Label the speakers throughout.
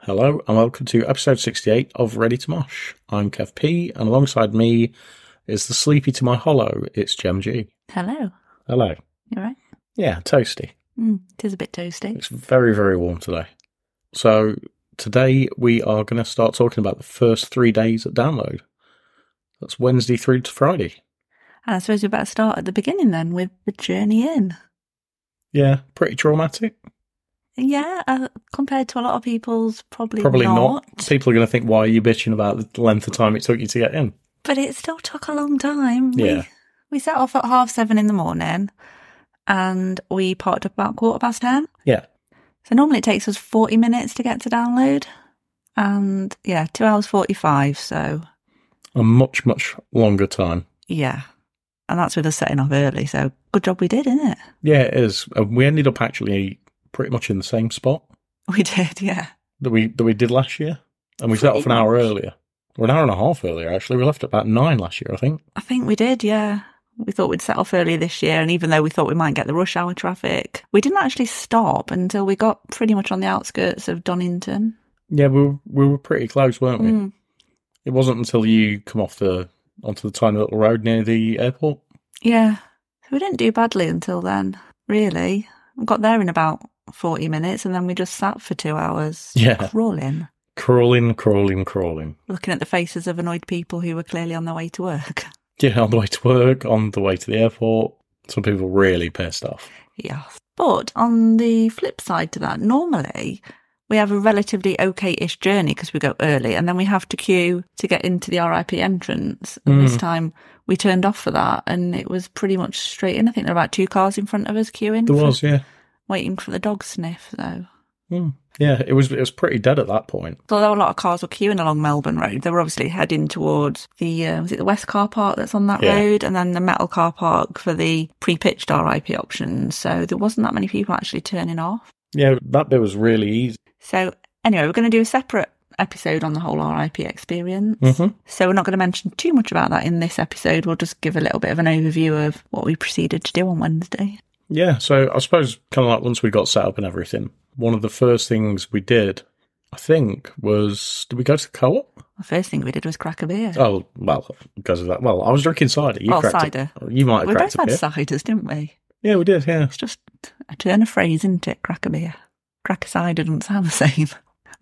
Speaker 1: Hello and welcome to episode 68 of Ready to Mosh. I'm Kev P, and alongside me is the sleepy to my hollow. It's Gem G.
Speaker 2: Hello.
Speaker 1: Hello.
Speaker 2: You right?
Speaker 1: Yeah, toasty.
Speaker 2: Mm, it is a bit toasty.
Speaker 1: It's very, very warm today. So today we are going to start talking about the first three days at download. That's Wednesday through to Friday.
Speaker 2: And I suppose we better start at the beginning then with the journey in.
Speaker 1: Yeah, pretty traumatic.
Speaker 2: Yeah, uh, compared to a lot of people's, probably,
Speaker 1: Probably not. People are going to think, why are you bitching about the length of time it took you to get in?
Speaker 2: But it still took a long time.
Speaker 1: Yeah.
Speaker 2: We, we set off at half seven in the morning and we parked up about quarter past ten.
Speaker 1: Yeah.
Speaker 2: So normally it takes us 40 minutes to get to download. And yeah, two hours 45. So
Speaker 1: A much, much longer time.
Speaker 2: yeah. And that's with us setting off early. So good job we did, isn't it?
Speaker 1: Yeah, it is. And we ended up actually pretty much in the same spot
Speaker 2: We did, yeah.
Speaker 1: that we that we did last year, and we set off an hour earlier, or an hour and a half earlier. Actually, we left at about nine last year, I think.
Speaker 2: I think we did, yeah. We thought we'd set off earlier this year, and even though we thought we might get the rush hour traffic, we didn't actually stop until we got pretty much on the outskirts of Donington.
Speaker 1: Yeah, we were, we were pretty close, weren't we?
Speaker 2: Mm.
Speaker 1: It wasn't until you come off the onto the tiny little road near the airport.
Speaker 2: Yeah. So we didn't do badly until then, really. We got there in about 40 minutes, and then we just sat for two hours
Speaker 1: Yeah.
Speaker 2: crawling,
Speaker 1: Crawling, crawling, crawling.
Speaker 2: looking at the faces of annoyed people who were clearly on their way to work.
Speaker 1: Yeah, on the way to work, on the way to the airport. Some people really pissed off.
Speaker 2: Yes. But on the flip side to that, normally we have a relatively okay ish journey because we go early and then we have to queue to get into the RIP entrance. And
Speaker 1: Mm.
Speaker 2: this time we turned off for that and it was pretty much straight in. I think there were about two cars in front of us queuing,
Speaker 1: There
Speaker 2: for-
Speaker 1: was, yeah,
Speaker 2: waiting for the dog sniff though.
Speaker 1: Hmm. yeah. It was it was pretty dead at that point.
Speaker 2: So although a lot of cars were queuing along Melbourne Road, they were obviously heading towards the uh, was it the West car park that's on that
Speaker 1: Yeah.
Speaker 2: road, and then the metal car park for the pre-pitched RIP option. So there wasn't that many people actually turning off.
Speaker 1: Yeah, that bit was really easy.
Speaker 2: So anyway, we're going to do a separate episode on the whole RIP experience.
Speaker 1: Mhm.
Speaker 2: So we're not going to mention too much about that in this episode. We'll just give a little bit of an overview of what we proceeded to do on Wednesday.
Speaker 1: Yeah, so I suppose kind of like once we got set up and everything, one of the first things we did, I think, was did we go to the co-op?
Speaker 2: The first thing we did was crack a beer.
Speaker 1: Oh, well, because of that. Well, I was drinking cider. You
Speaker 2: Well,
Speaker 1: cracked
Speaker 2: Oh, cider.
Speaker 1: A, you might have
Speaker 2: we both
Speaker 1: cracked a
Speaker 2: had
Speaker 1: beer.
Speaker 2: ciders, didn't we?
Speaker 1: yeah, we did. Yeah,
Speaker 2: It's just a turn of phrase, isn't it? Crack a beer. Crack a cider doesn't sound the same.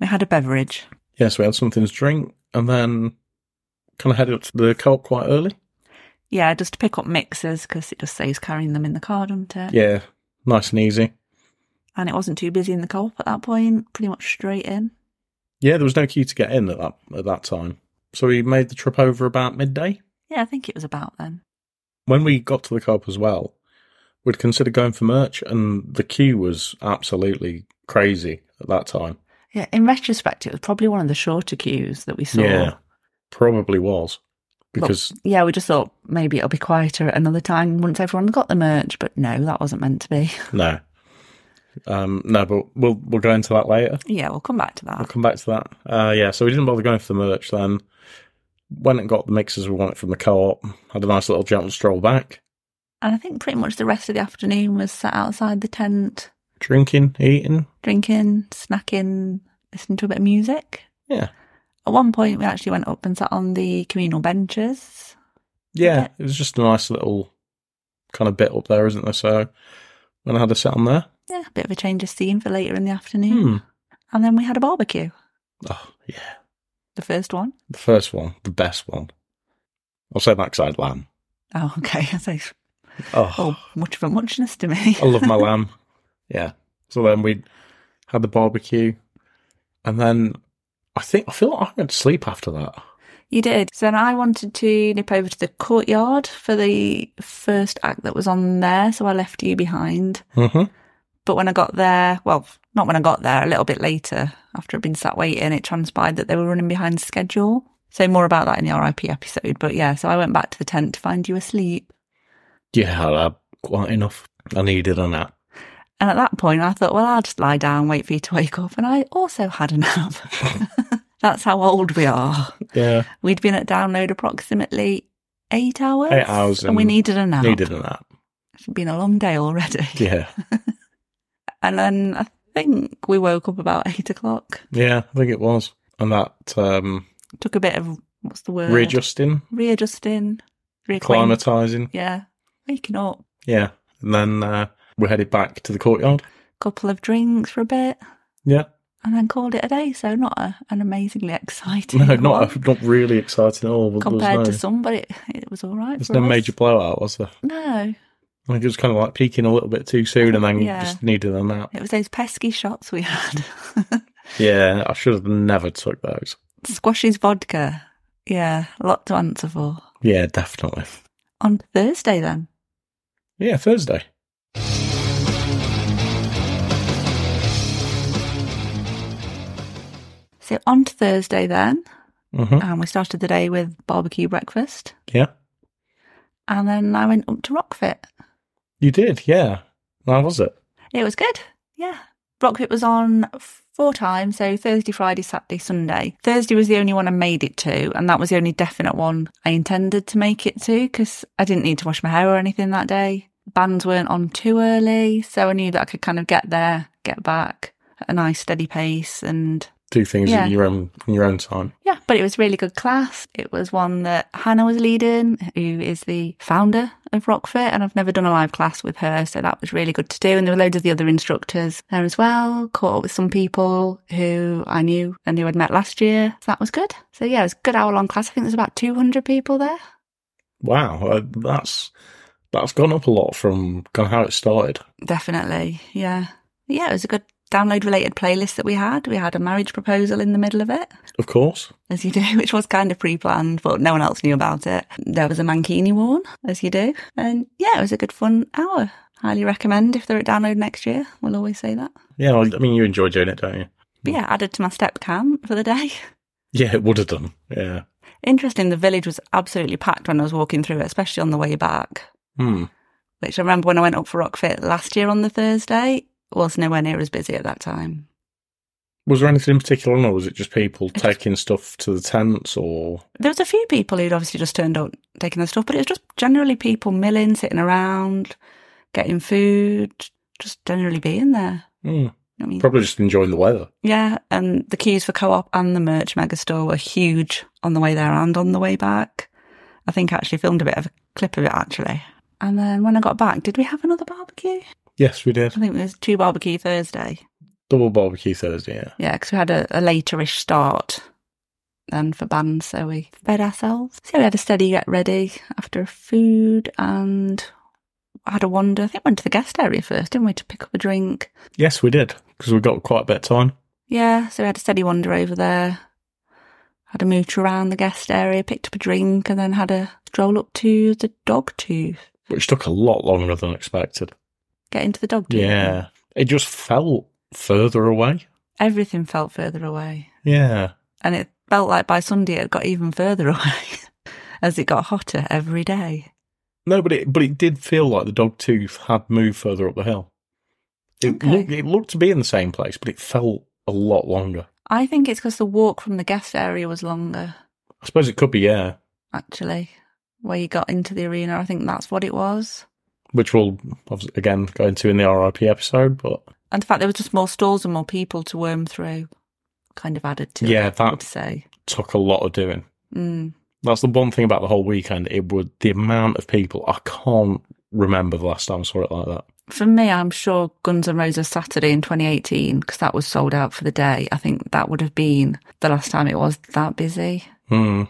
Speaker 2: We had a beverage.
Speaker 1: yeah. So we had something to drink, and then kind of headed up to the co-op quite early.
Speaker 2: Yeah, just to pick up mixers because it just saves carrying them in the car, doesn't it?
Speaker 1: Yeah, nice and easy.
Speaker 2: And it wasn't too busy in the co-op at that point. Pretty much straight in.
Speaker 1: Yeah, there was no queue to get in at that at that time. So we made the trip over about midday.
Speaker 2: Yeah, I think it was about then.
Speaker 1: when we got to the co-op as well, we'd consider going for merch, and the queue was absolutely crazy at that time.
Speaker 2: Yeah, in retrospect, it was probably one of the shorter queues that we saw.
Speaker 1: probably was because
Speaker 2: But, yeah, we just thought maybe it'll be quieter at another time once everyone got the merch, but no, that wasn't meant to be.
Speaker 1: no, um, no, but we'll we'll go into that later.
Speaker 2: Yeah, we'll come back to
Speaker 1: We'll
Speaker 2: that.
Speaker 1: come back to that. Uh, yeah, so we didn't bother going for the merch then. Went and got the mixers we wanted from the co-op. Had a nice little gentle stroll back,
Speaker 2: And I think pretty much the rest of the afternoon was sat outside the tent,
Speaker 1: drinking, eating.
Speaker 2: drinking, snacking, listening to a bit of music.
Speaker 1: Yeah,
Speaker 2: At one point, we actually went up and sat on the communal benches.
Speaker 1: yeah.
Speaker 2: Okay.
Speaker 1: It was just a nice little kind of bit up there, isn't there? So when I had a sit on there,
Speaker 2: Yeah, a bit of a change of scene for later in the afternoon.
Speaker 1: hmm.
Speaker 2: And then we had a barbecue,
Speaker 1: Oh yeah,
Speaker 2: the first one.
Speaker 1: the first one, the best one. I'll say that 'cause I had lamb.
Speaker 2: Oh, okay. I say,
Speaker 1: Oh,
Speaker 2: oh, much of a muchness to me.
Speaker 1: I love my lamb. Yeah. So then we had the barbecue, and then I think I feel like I went to sleep after that.
Speaker 2: You did. So then I wanted to nip over to the courtyard for the first act that was on there, so I left you behind.
Speaker 1: Mm-hmm.
Speaker 2: But when I got there, well, not when I got there, a little bit later, after I'd been sat waiting, it transpired that they were running behind schedule. So more about that in the RIP episode. But yeah, so I went back to the tent to find you asleep.
Speaker 1: Yeah, I had quite enough. I needed a nap.
Speaker 2: And at that point, I thought, well, I'll just lie down, wait for you to wake up. And I also had a nap. That's how old we are.
Speaker 1: Yeah,
Speaker 2: We'd been at download approximately eight hours.
Speaker 1: Eight hours
Speaker 2: And we
Speaker 1: and
Speaker 2: needed a nap.
Speaker 1: needed a nap.
Speaker 2: It's been a long day already.
Speaker 1: Yeah,
Speaker 2: And then I think we woke up about eight o'clock.
Speaker 1: Yeah, I think it was. And that um,
Speaker 2: Took a bit of what's the word?
Speaker 1: readjusting,
Speaker 2: Readjusting. Reacquaint-
Speaker 1: acclimatizing.
Speaker 2: Yeah. Waking up.
Speaker 1: Yeah. And then uh, we headed back to the courtyard.
Speaker 2: Couple of drinks for a bit.
Speaker 1: Yeah.
Speaker 2: And then called it a day. So not a, an amazingly exciting.
Speaker 1: No,
Speaker 2: one.
Speaker 1: not not really exciting at all. But there
Speaker 2: compared
Speaker 1: was no,
Speaker 2: to somebody. It was all right.
Speaker 1: there's
Speaker 2: for
Speaker 1: no
Speaker 2: us.
Speaker 1: major blowout, was there?
Speaker 2: No,
Speaker 1: I think it was kind of like peaking a little bit too soon, and then
Speaker 2: Yeah.
Speaker 1: just needed a nap.
Speaker 2: it was those pesky shots we had.
Speaker 1: Yeah, I should have never took those.
Speaker 2: Squashes vodka. Yeah, a lot to answer for.
Speaker 1: Yeah, definitely.
Speaker 2: On Thursday then.
Speaker 1: Yeah, Thursday.
Speaker 2: So on to Thursday then,
Speaker 1: hmm
Speaker 2: and Um, we started the day with barbecue breakfast,
Speaker 1: Yeah,
Speaker 2: and then I went up to Rockfit.
Speaker 1: you did. Yeah, how was it?
Speaker 2: It was good. Yeah. Rockfit was on four times, so Thursday, Friday, Saturday, Sunday. Thursday was the only one I made it to, and that was the only definite one I intended to make it to because I didn't need to wash my hair or anything that day. Bands weren't on too early, so I knew that I could kind of get there, get back at a nice steady pace and
Speaker 1: Do things
Speaker 2: Yeah.
Speaker 1: at your own in your own time.
Speaker 2: yeah, but it was a really good class. It was one that Hannah was leading, who is the founder of Rockfit, and I've never done a live class with her, so that was really good to do. And there were loads of the other instructors there as well. Caught up with some people who I knew and who I'd met last year, so that was good. So yeah, it was a good hour long class. I think there's about 200 people there.
Speaker 1: Wow, uh, that's that's gone up a lot from kind of how it started.
Speaker 2: Definitely, yeah, yeah. It was a good download related playlist that we had. We had a marriage proposal in the middle of it.
Speaker 1: Of course.
Speaker 2: as you do, which was kind of pre-planned, but no one else knew about it. There was a Mankini worn, as you do, and yeah, it was a good fun hour. Highly recommend if they're at download next year. We'll always say that.
Speaker 1: Yeah, well, I mean, you enjoy doing it, don't you?
Speaker 2: But yeah, added to my step cam for the day.
Speaker 1: Yeah, it would have done. Yeah.
Speaker 2: Interesting, the village was absolutely packed when I was walking through it, especially on the way back.
Speaker 1: Hmm.
Speaker 2: Which I remember when I went up for Rockfit last year on the Thursday, was nowhere near as busy at that time.
Speaker 1: Was there anything in particular, on, or was it just people
Speaker 2: just-
Speaker 1: taking stuff to the tents, or
Speaker 2: There was a few people who'd obviously just turned up taking their stuff, but it was just generally people milling, sitting around, getting food, just generally being there.
Speaker 1: Hmm.
Speaker 2: I mean,
Speaker 1: probably just enjoying the weather?
Speaker 2: yeah, and the queues for co-op and the merch megastore were huge on the way there and on the way back. I think I actually filmed a bit of a clip of it actually. And then when I got back, did we have another barbecue?
Speaker 1: Yes, we did.
Speaker 2: I think there was two barbecue Thursday.
Speaker 1: Double barbecue Thursday. Yeah.
Speaker 2: Yeah, because we had a, a laterish start than for bands, so we fed ourselves. So we had a steady get ready after food and had a wander. I think we went to the guest area first, didn't we, to pick up a drink?
Speaker 1: Yes, we did because we got quite a bit of time.
Speaker 2: Yeah, so we had a steady wander over there. Had a mooch around the guest area, picked up a drink, and then had a stroll up to the dog tooth.
Speaker 1: which took a lot longer than expected.
Speaker 2: Get into the dog tooth.
Speaker 1: Yeah. It just felt further away.
Speaker 2: Everything felt further away.
Speaker 1: Yeah.
Speaker 2: And it felt like by Sunday it got even further away as it got hotter every day.
Speaker 1: No, but it but it did feel like the dog tooth had moved further up the hill. It
Speaker 2: Okay.
Speaker 1: looked it looked to be in the same place, but it felt a lot longer.
Speaker 2: I think it's because the walk from the guest area was longer,
Speaker 1: I suppose it could be, yeah.
Speaker 2: actually, where you got into the arena. I think that's what it was.
Speaker 1: Which we'll obviously, again go into in the RIP episode, but
Speaker 2: And the fact there was just more stalls and more people to worm through kind of added to
Speaker 1: Yeah,
Speaker 2: it,
Speaker 1: that-
Speaker 2: I'd say.
Speaker 1: took a lot of doing.
Speaker 2: Mm.
Speaker 1: That's the one thing about the whole weekend. It would the amount of people I can't remember the last time I saw it like that.
Speaker 2: For me, I'm sure Guns N' Roses Saturday in 2018, because that was sold out for the day. I think that would have been the last time it was that busy.
Speaker 1: Hmm.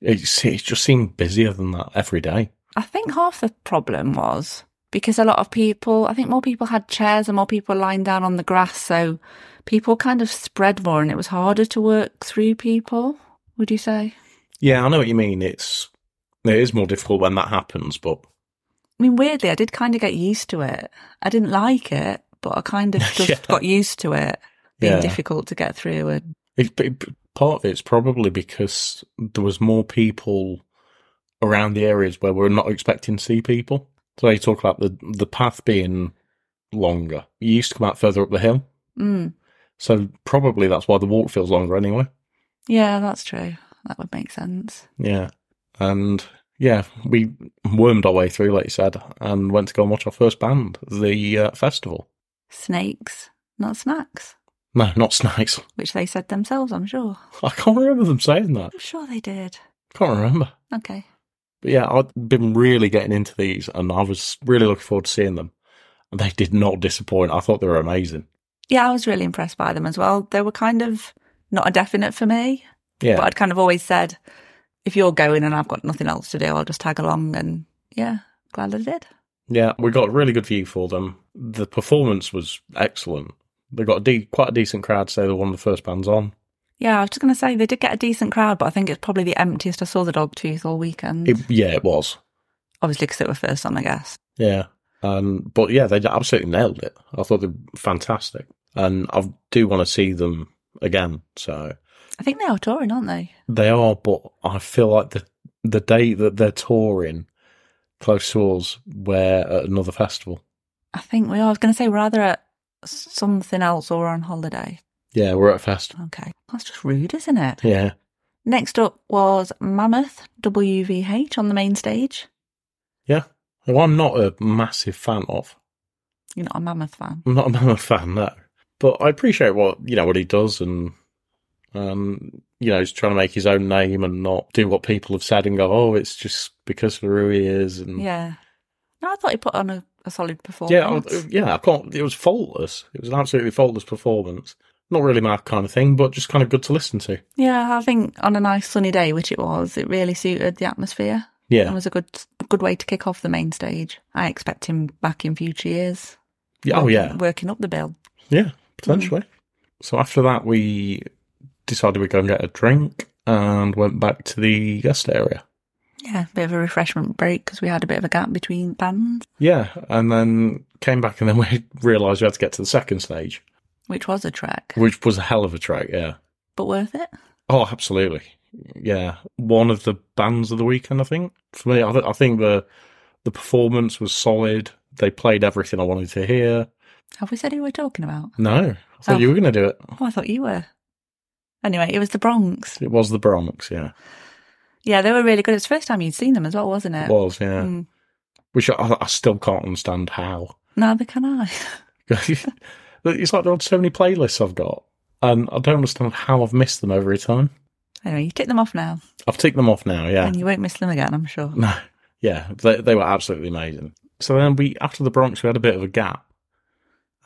Speaker 1: It, it just seemed busier than that every day.
Speaker 2: I think half the problem was because a lot of people, I think more people had chairs and more people lying down on the grass. So people kind of spread more and it was harder to work through people, would you say?
Speaker 1: Yeah, I know what you mean. It's it is more difficult when that happens, but
Speaker 2: I mean, weirdly, I did kind of get used to it. I didn't like it, but I kind of just
Speaker 1: Yeah.
Speaker 2: got used to it being
Speaker 1: Yeah.
Speaker 2: difficult to get through. And
Speaker 1: it, it, part of it's probably because there was more people around the areas where we're not expecting to see people. So they talk about the the path being longer. You used to come out further up the hill,
Speaker 2: mm,
Speaker 1: so probably that's why the walk feels longer anyway.
Speaker 2: yeah, that's true. That would make sense.
Speaker 1: Yeah, and yeah, we wormed our way through, like you said, and went to go and watch our first band, the uh, festival.
Speaker 2: Snakes. not snacks,
Speaker 1: No, not snakes.
Speaker 2: which they said themselves, I'm sure.
Speaker 1: I can't remember them saying that.
Speaker 2: I'm sure they did.
Speaker 1: Can't remember.
Speaker 2: Okay.
Speaker 1: But yeah, I've been really getting into these and I was really looking forward to seeing them. And they did not disappoint. I thought they were amazing.
Speaker 2: Yeah, I was really impressed by them as well. They were kind of not a definite for me,
Speaker 1: Yeah.
Speaker 2: but I'd kind of always said, if you're going and I've got nothing else to do, I'll just tag along. And yeah, glad I did.
Speaker 1: Yeah, we got a really good view for them. The performance was excellent. They got a de- quite a decent crowd, so they were one of the first bands on.
Speaker 2: Yeah, I was just going to say they did get a decent crowd, but I think it's probably the emptiest I saw the dog tooth all weekend.
Speaker 1: It, yeah, it was.
Speaker 2: Obviously, because they were first on, I guess.
Speaker 1: Yeah. Um, but yeah, they absolutely nailed it. I thought they were fantastic. And I do want to see them again. So
Speaker 2: I think they are touring, aren't they?
Speaker 1: they are, but I feel like the the day that they're touring close to us, we're at another festival.
Speaker 2: I think we are. I was going to say we're either at something else or on holiday.
Speaker 1: Yeah, we're at a festival.
Speaker 2: Okay. That's just rude, isn't it?
Speaker 1: Yeah.
Speaker 2: Next up was Mammoth WVH on the main stage.
Speaker 1: Yeah. Well, I'm not a massive fan of.
Speaker 2: You're not a Mammoth fan.
Speaker 1: I'm not a Mammoth fan, no. But I appreciate what you know what he does, and um, you know he's trying to make his own name and not do what people have said and go, oh, it's just because of who he is, and
Speaker 2: Yeah. No, I thought he put on a, a solid performance.
Speaker 1: Mm. yeah, um, I, yeah. I can't. It was faultless. It was an absolutely faultless performance. Not really my kind of thing, but just kind of good to listen to.
Speaker 2: yeah, I think on a nice sunny day, which it was, it really suited the atmosphere. It
Speaker 1: Yeah.
Speaker 2: was a good good way to kick off the main stage. I expect him back in future years.
Speaker 1: yeah. Oh
Speaker 2: working-
Speaker 1: yeah.
Speaker 2: Working up the bill.
Speaker 1: Yeah. Potentially. So after that, we decided we'd go and get a drink and went back to the guest area.
Speaker 2: Yeah, a bit of a refreshment break because we had a bit of a gap between bands,
Speaker 1: Yeah, and then came back, and then we realised we had to get to the second stage,
Speaker 2: which was a trek,
Speaker 1: which was a hell of a track. Yeah.
Speaker 2: but worth it.
Speaker 1: Oh, absolutely. Yeah, one of the bands of the weekend, I think. For me, I, th- I think the the performance was solid. They played everything I wanted to hear.
Speaker 2: Have we said who we're talking about?
Speaker 1: No, I thought
Speaker 2: Oh.
Speaker 1: you were going to do it.
Speaker 2: Oh, I thought you were. Anyway, it was the Bronx.
Speaker 1: It was the Bronx. Yeah,
Speaker 2: Yeah, they were really good. It's the first time you'd seen them as well, wasn't it?
Speaker 1: it was. Yeah,
Speaker 2: Mm.
Speaker 1: which I, I still can't understand how.
Speaker 2: Neither can I.
Speaker 1: it's like there are so many playlists I've got, and I don't understand how I've missed them every time.
Speaker 2: anyway, you tick them off now,
Speaker 1: I've ticked them off now. Yeah,
Speaker 2: and you won't miss them again, I'm sure.
Speaker 1: No, yeah, they they were absolutely amazing. So then we after the Bronx, we had a bit of a gap,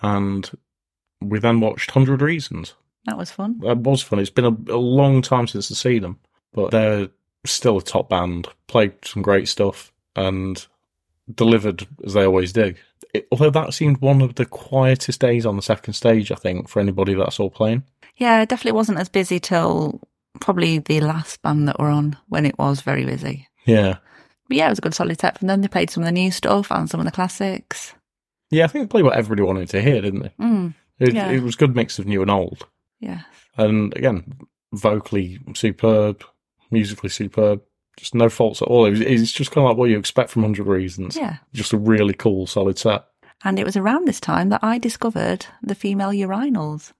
Speaker 1: and we then watched Hundred Reasons.
Speaker 2: That was fun.
Speaker 1: That was fun. It's been a, a long time since I've seen them, but they're still a top band. Played some great stuff and delivered as they always do. It, although that seemed one of the quietest days on the second stage, I think for anybody that's all playing.
Speaker 2: Yeah, it definitely wasn't as busy till probably the last band that were on when it was very busy.
Speaker 1: Yeah,
Speaker 2: But yeah, it was a good solid set from them. They played some of the new stuff and some of the classics.
Speaker 1: yeah, I think they played what everybody wanted to hear, didn't they?
Speaker 2: Mm,
Speaker 1: It,
Speaker 2: Yeah.
Speaker 1: it was a good mix of new and old.
Speaker 2: yes.
Speaker 1: and again, vocally superb, musically superb, just no faults at all. It was, it's just kind of like what you expect from Hundred Reasons.
Speaker 2: Yeah.
Speaker 1: Just a really cool, solid set.
Speaker 2: And it was around this time that I discovered the female urinals.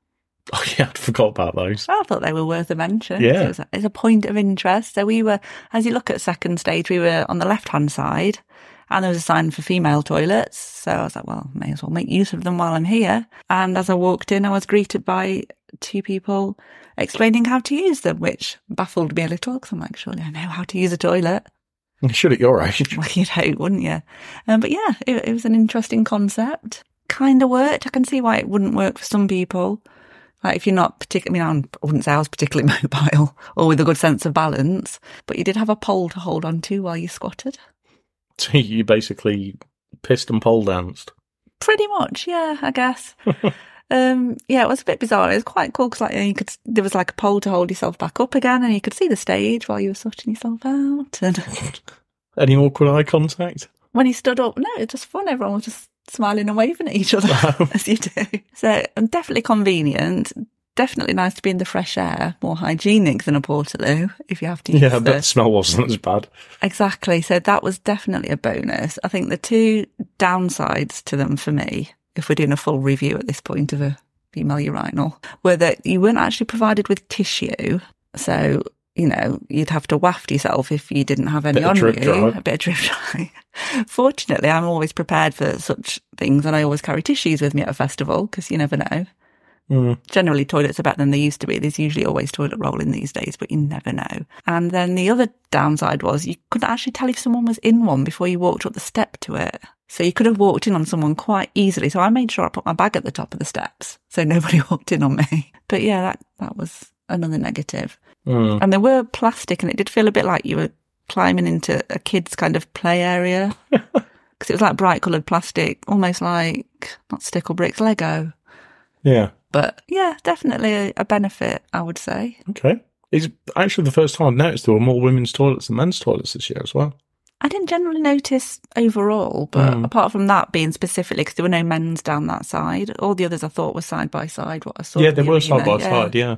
Speaker 1: Oh yeah, I forgot about those.
Speaker 2: I thought they were worth a mention.
Speaker 1: Yeah.
Speaker 2: It was a- it's a point of interest. So we were, as you look at second stage, we were on the left hand side and there was a sign for female toilets. So I was like, well, may as well make use of them while I'm here. And as I walked in, I was greeted by two people explaining how to use them, which baffled me a little because I'm like, surely I know how to use a toilet.
Speaker 1: You should at your age.
Speaker 2: Well, you'd hope, wouldn't you? Um, but yeah, it, it was an interesting concept. Kind of worked. I can see why it wouldn't work for some people. Like if you're not particularly, I mean, I'm- I wouldn't say I was particularly mobile or with a good sense of balance, but you did have a pole to hold on to while you squatted.
Speaker 1: So you basically pissed and pole danced.
Speaker 2: Pretty much, yeah, I guess. um, yeah, it was a bit bizarre. It was quite cool because like you could, there was like a pole to hold yourself back up again, and you could see the stage while you were sorting yourself out. And
Speaker 1: Any awkward eye contact?
Speaker 2: when he stood up, no, it's just fun. Everyone was just smiling and waving at each other as you do. So um, definitely convenient. Definitely nice to be in the fresh air, more hygienic than a portaloo if you have to use
Speaker 1: Yeah,
Speaker 2: the-
Speaker 1: that smell wasn't as bad.
Speaker 2: Exactly. So that was definitely a bonus. I think the two downsides to them for me, if we're doing a full review at this point of a female urinal, were that you weren't actually provided with tissue. So, you know, you'd have to waft yourself if you didn't have any
Speaker 1: Bit of
Speaker 2: on
Speaker 1: drip
Speaker 2: you.
Speaker 1: dry.
Speaker 2: A bit of drip dry. Fortunately, I'm always prepared for such things and I always carry tissues with me at a festival because you never know.
Speaker 1: Mm.
Speaker 2: Generally, toilets are better than they used to be. There's usually always toilet rolling these days, but you never know. And then the other downside was you couldn't actually tell if someone was in one before you walked up the step to it. So you could have walked in on someone quite easily. So I made sure I put my bag at the top of the steps so nobody walked in on me. But yeah, that, that was another negative.
Speaker 1: Mm.
Speaker 2: And they were plastic and it did feel a bit like you were climbing into a kid's kind of play area. Because it was like bright coloured plastic, almost like, not stick or bricks, Lego.
Speaker 1: Yeah.
Speaker 2: But yeah, definitely a, a benefit, I would say.
Speaker 1: Okay. It's actually the first time I've noticed there were more women's toilets than men's toilets this year as well.
Speaker 2: I didn't generally notice overall, but
Speaker 1: Mm.
Speaker 2: apart from that being specifically, because there were no men's down that side, all the others I thought were side by side. What I saw,
Speaker 1: yeah,
Speaker 2: at the
Speaker 1: they were
Speaker 2: arena,
Speaker 1: side by
Speaker 2: yeah.
Speaker 1: side. Yeah.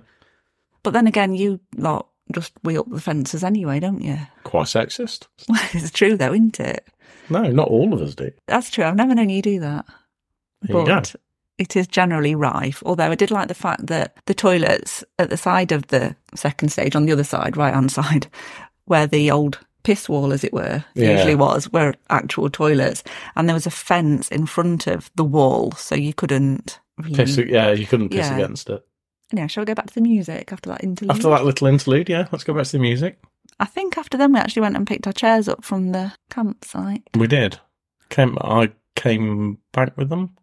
Speaker 2: But then again, you lot just wheel up the fences anyway, don't you?
Speaker 1: Quite sexist.
Speaker 2: Well, it's true though, isn't it?
Speaker 1: No, not all of us do.
Speaker 2: That's true. I've never known you do that.
Speaker 1: There you go.
Speaker 2: but it is generally rife. Although I did like the fact that the toilets at the side of the second stage, on the other side, right hand side, where the old piss wall, as it were,
Speaker 1: Yeah.
Speaker 2: usually was, were actual toilets. And there was a fence in front of the wall, so you couldn't really.
Speaker 1: Piss, yeah, you couldn't piss
Speaker 2: Yeah.
Speaker 1: against it.
Speaker 2: Anyway, shall we go back to the music after that interlude?
Speaker 1: After that little interlude, yeah, let's go back to the music.
Speaker 2: I think after then we actually went and picked our chairs up from the campsite.
Speaker 1: We did. Came, I came back with them.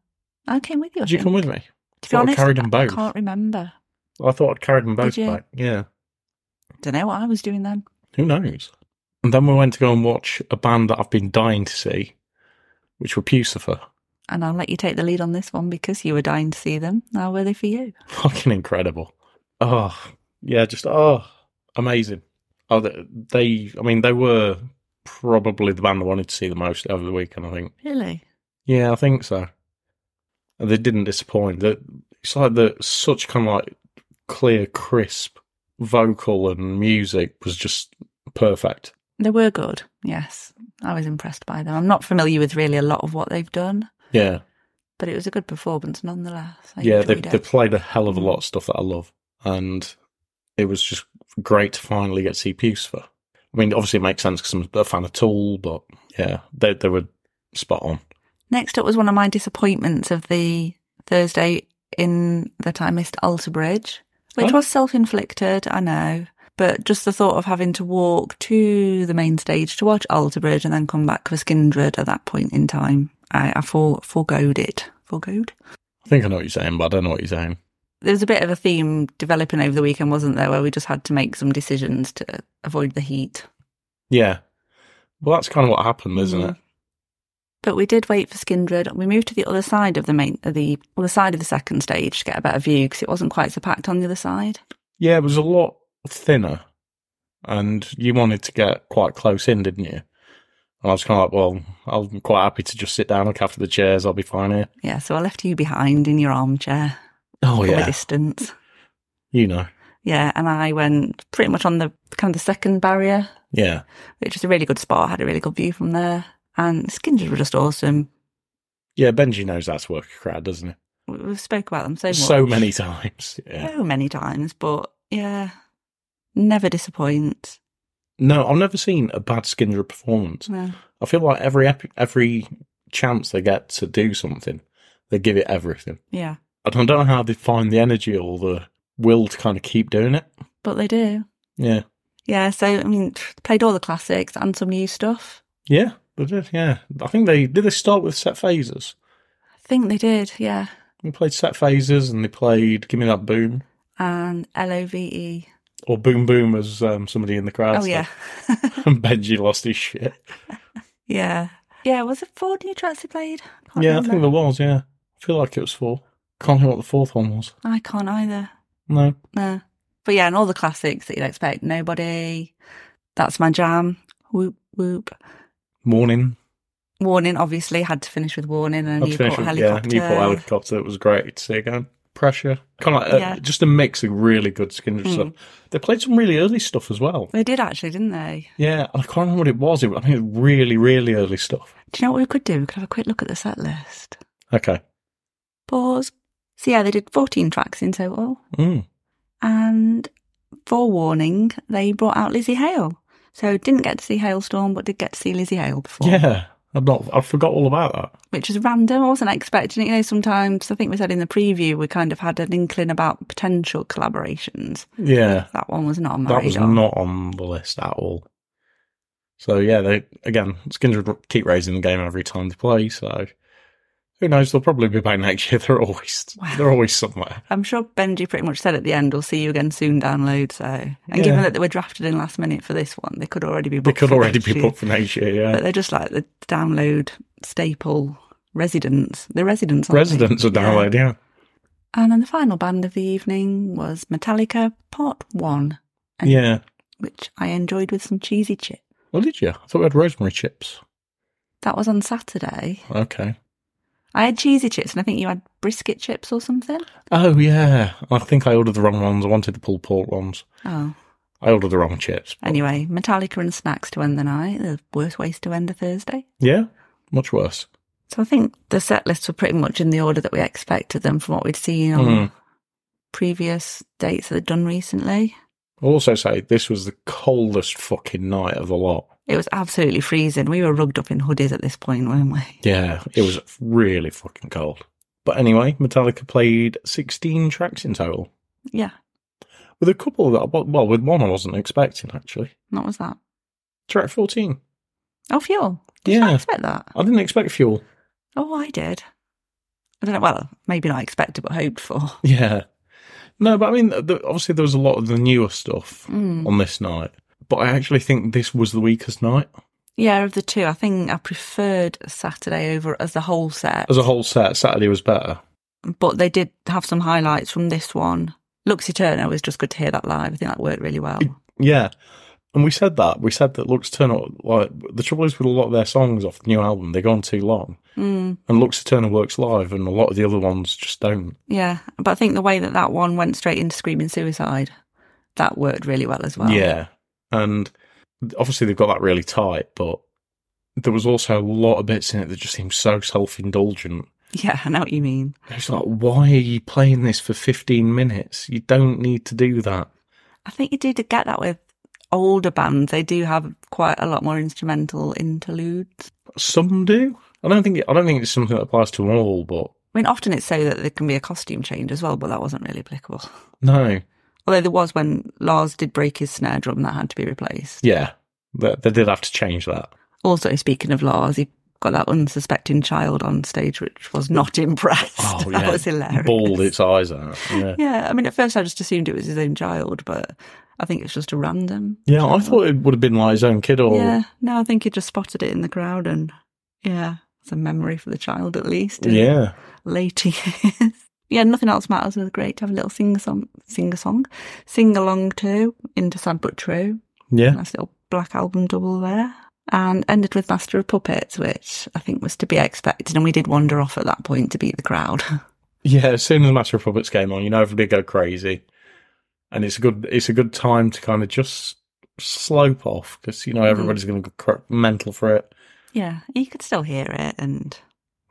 Speaker 2: I came with you. I
Speaker 1: Did you
Speaker 2: think.
Speaker 1: come with me?
Speaker 2: to be
Speaker 1: thought I
Speaker 2: honest,
Speaker 1: carried them
Speaker 2: I
Speaker 1: both.
Speaker 2: can't remember.
Speaker 1: I thought I'd carried them both
Speaker 2: you?
Speaker 1: back. Yeah.
Speaker 2: Don't know what I was doing then.
Speaker 1: Who knows? And then we went to go and watch a band that I've been dying to see, which were Pucifer.
Speaker 2: And I'll let you take the lead on this one because you were dying to see them. How were they for you?
Speaker 1: Fucking incredible. Oh, yeah, just, oh, amazing. Oh, they, they, I mean, they were probably the band I wanted to see the most over the weekend, I think.
Speaker 2: Really?
Speaker 1: Yeah, I think so. And they didn't disappoint. That it's like the such kind of like clear, crisp vocal and music was just perfect.
Speaker 2: They were good. Yes. I was impressed by them. I'm not familiar with really a lot of what they've done,
Speaker 1: Yeah,
Speaker 2: but it was a good performance nonetheless. I
Speaker 1: yeah. They
Speaker 2: enjoyed
Speaker 1: they
Speaker 2: it. Mm.
Speaker 1: played a hell of a lot of stuff that I love, and it was just great to finally get to see Pucifer. I mean, obviously it makes sense because I'm a fan of Tool, but yeah, they they were spot on.
Speaker 2: Next up was one of my disappointments of the Thursday in that I missed Alter Bridge, which
Speaker 1: Oh.
Speaker 2: was self inflicted, I know. But just the thought of having to walk to the main stage to watch Alter Bridge and then come back for Skindred at that point in time, I, I for, foregoed it. Foregoed?
Speaker 1: I think I know what you're saying, but I don't know what you're saying.
Speaker 2: there was a bit of a theme developing over the weekend, wasn't there, where we just had to make some decisions to avoid the heat.
Speaker 1: Yeah, well, that's kind of what happened, isn't
Speaker 2: Mhm.
Speaker 1: it?
Speaker 2: But we did wait for Skindred. We moved to the other side of the main, of the other side of the second stage to get a better view because it wasn't quite so packed on the other side.
Speaker 1: Yeah, it was a lot thinner, and you wanted to get quite close in, didn't you? And I was kind of like, well, I'm quite happy to just sit down, look after the chairs. I'll be fine here.
Speaker 2: Yeah, so I left you behind in your armchair
Speaker 1: Oh
Speaker 2: from a
Speaker 1: yeah,
Speaker 2: distance.
Speaker 1: you know,
Speaker 2: Yeah, and I went pretty much on the kind of the second barrier,
Speaker 1: yeah,
Speaker 2: which was a really good spot. I had a really good view from there, and Skindred were just awesome.
Speaker 1: yeah. Benji knows that's work crowd, doesn't he?
Speaker 2: We- We spoke about them so much.
Speaker 1: So many times. Yeah.
Speaker 2: so many times, but yeah, never disappoint.
Speaker 1: No, I've never seen a bad Skinner performance.
Speaker 2: No.
Speaker 1: I feel like every ep- every chance they get to do something, they give it everything.
Speaker 2: Yeah,
Speaker 1: And I don't know how they find the energy or the will to kind of keep doing it.
Speaker 2: but they do.
Speaker 1: Yeah,
Speaker 2: Yeah, so I mean, played all the classics and some new stuff.
Speaker 1: yeah, they did. Yeah, I think they did. They start with set phases.
Speaker 2: I think they did, yeah.
Speaker 1: They played Set Phases and they played Give Me That Boom
Speaker 2: And L O V E.
Speaker 1: or Boom Boom as um, somebody in the crowd.
Speaker 2: Oh
Speaker 1: said.
Speaker 2: yeah,
Speaker 1: and Benji lost his shit.
Speaker 2: yeah, yeah. Was it four new tracks they played? Can't
Speaker 1: yeah, I
Speaker 2: remember.
Speaker 1: think there was. Yeah, I feel like it was four. Can't remember what the fourth one was.
Speaker 2: I can't either.
Speaker 1: No.
Speaker 2: No, but yeah, and all the classics that you'd expect. Nobody. That's my jam. Whoop whoop.
Speaker 1: Morning.
Speaker 2: Warning, obviously, had to finish with warning and a
Speaker 1: I'd finish
Speaker 2: Newport
Speaker 1: with-
Speaker 2: helicopter.
Speaker 1: Yeah, Newport helicopter. It was great to see again. Pressure. Kind of like, uh,
Speaker 2: Yeah. Hmm.
Speaker 1: just a mix of really good Skinner stuff. They played some really early stuff as well.
Speaker 2: They did actually, didn't they?
Speaker 1: Yeah, and I can't remember what it was. It, I think it was really, really early stuff.
Speaker 2: Do you know what we could do? We could have a quick look at the set list.
Speaker 1: Okay.
Speaker 2: Pause. So yeah, they did 14 tracks in total.
Speaker 1: Mm.
Speaker 2: And forewarning, they brought out Lizzie Hale. So didn't get to see Hailstorm, but did get to see Lizzie Hale before.
Speaker 1: Yeah, I've not. I forgot all about that.
Speaker 2: which was random. I wasn't expecting it. You know, sometimes I think we said in the preview we kind of had an inkling about potential collaborations.
Speaker 1: Yeah,
Speaker 2: That one was not on my
Speaker 1: that was
Speaker 2: radar.
Speaker 1: not on the list at all. So yeah, they again skins would keep raising the game every time they play. So who knows? They'll probably be back next year. They're always
Speaker 2: Wow.
Speaker 1: they're always somewhere.
Speaker 2: I'm sure Benji pretty much said at the end, "We'll see you again soon." Download. So, and given
Speaker 1: Yeah.
Speaker 2: that they were drafted in last minute for this one, they could already be
Speaker 1: They
Speaker 2: booked.
Speaker 1: could
Speaker 2: for
Speaker 1: already
Speaker 2: next
Speaker 1: be
Speaker 2: year.
Speaker 1: booked for next year.
Speaker 2: but
Speaker 1: Yeah,
Speaker 2: they're just like the download staple residents. The residents. aren't they?
Speaker 1: residents are
Speaker 2: Yeah.
Speaker 1: download. Yeah,
Speaker 2: And then the final band of the evening was Metallica Part One, And-
Speaker 1: yeah.
Speaker 2: which I enjoyed with some cheesy chips.
Speaker 1: Well, Oh, did you? I thought we had rosemary chips.
Speaker 2: That was on Saturday.
Speaker 1: Okay.
Speaker 2: I had cheesy chips, and I think you had brisket chips or something.
Speaker 1: Oh yeah, I think I ordered the wrong ones. I wanted the pulled pork ones.
Speaker 2: Oh,
Speaker 1: I ordered the wrong chips.
Speaker 2: anyway, Metallica and snacks to end the night. The worst ways to end a Thursday.
Speaker 1: Yeah, much worse.
Speaker 2: So I think the set lists were pretty much in the order that we expected them from what we'd seen on
Speaker 1: Mm.
Speaker 2: previous dates that they'd done recently.
Speaker 1: I'll also say this was the coldest fucking night of the lot.
Speaker 2: It was absolutely freezing. We were rugged up in hoodies at this point, weren't we?
Speaker 1: Yeah, it was really fucking cold. But anyway, Metallica played 16 tracks in total.
Speaker 2: Yeah,
Speaker 1: With a couple that, I- well, with one I wasn't expecting actually.
Speaker 2: what was that? Track
Speaker 1: Track 14.
Speaker 2: Oh, fuel. Did
Speaker 1: Yeah.
Speaker 2: you expect that?
Speaker 1: I didn't expect Fuel.
Speaker 2: Oh, I did. I don't know. Well, maybe not expected, but hoped for.
Speaker 1: Yeah. No, but I mean, the, obviously there was a lot of the newer stuff
Speaker 2: Mm.
Speaker 1: on this night. But I actually think this was the weakest night
Speaker 2: Yeah, of the two, I think I preferred Saturday over as the whole set.
Speaker 1: as a whole set. Saturday was better.
Speaker 2: but they did have some highlights from this one. Luxie Turner was just good to hear that live. I think that worked really well.
Speaker 1: Yeah. And we said that. We said that Lux Turner, like, the trouble is with a lot of their songs off the new album, they go on too long.
Speaker 2: Mm,
Speaker 1: And Lux Turner works live, and a lot of the other ones just don't.
Speaker 2: yeah, but I think the way that that one went straight into Screaming Suicide, that worked really well as well.
Speaker 1: Yeah. And obviously they've got that really tight, but there was also a lot of bits in it that just seemed so self indulgent.
Speaker 2: Yeah, I know what you mean.
Speaker 1: It's like, why are you playing this for 15 minutes? You don't need to do that.
Speaker 2: I think you do to get that with older bands. They do have quite a lot more instrumental interludes.
Speaker 1: Some do. I don't think I don't think it's something that applies to them all, but
Speaker 2: I mean, often it's so that there can be a costume change as well, but that wasn't really applicable.
Speaker 1: no,
Speaker 2: Although there was when Lars did break his snare drum, that had to be replaced.
Speaker 1: yeah, they, they did have to change that.
Speaker 2: Also, speaking of Lars, he got that unsuspecting child on stage, which was not impressed. that was hilarious.
Speaker 1: Balled Oh, its eyes out. Yeah.
Speaker 2: Yeah, I mean, at first I just assumed it was his own child, but I think it's just a random.
Speaker 1: yeah, I thought it would have been like his own kid or
Speaker 2: Yeah, no, I think he just spotted it in the crowd, and yeah, it's a memory for the child at least. in
Speaker 1: yeah.
Speaker 2: Later years. Yeah, nothing else matters. It was great to have a little sing song, sing a song, sing along to into Sad But True.
Speaker 1: yeah.
Speaker 2: Nice little black album double there. And ended with Master of Puppets, which I think was to be expected. And we did wander off at that point to beat the crowd.
Speaker 1: Yeah, as soon as Master of Puppets came on, you know everybody go crazy, and it's a good it's a good time to kind of just slope off because you know
Speaker 2: Mm-hmm.
Speaker 1: everybody's going to go cr- mental for it.
Speaker 2: yeah, you could still hear it. And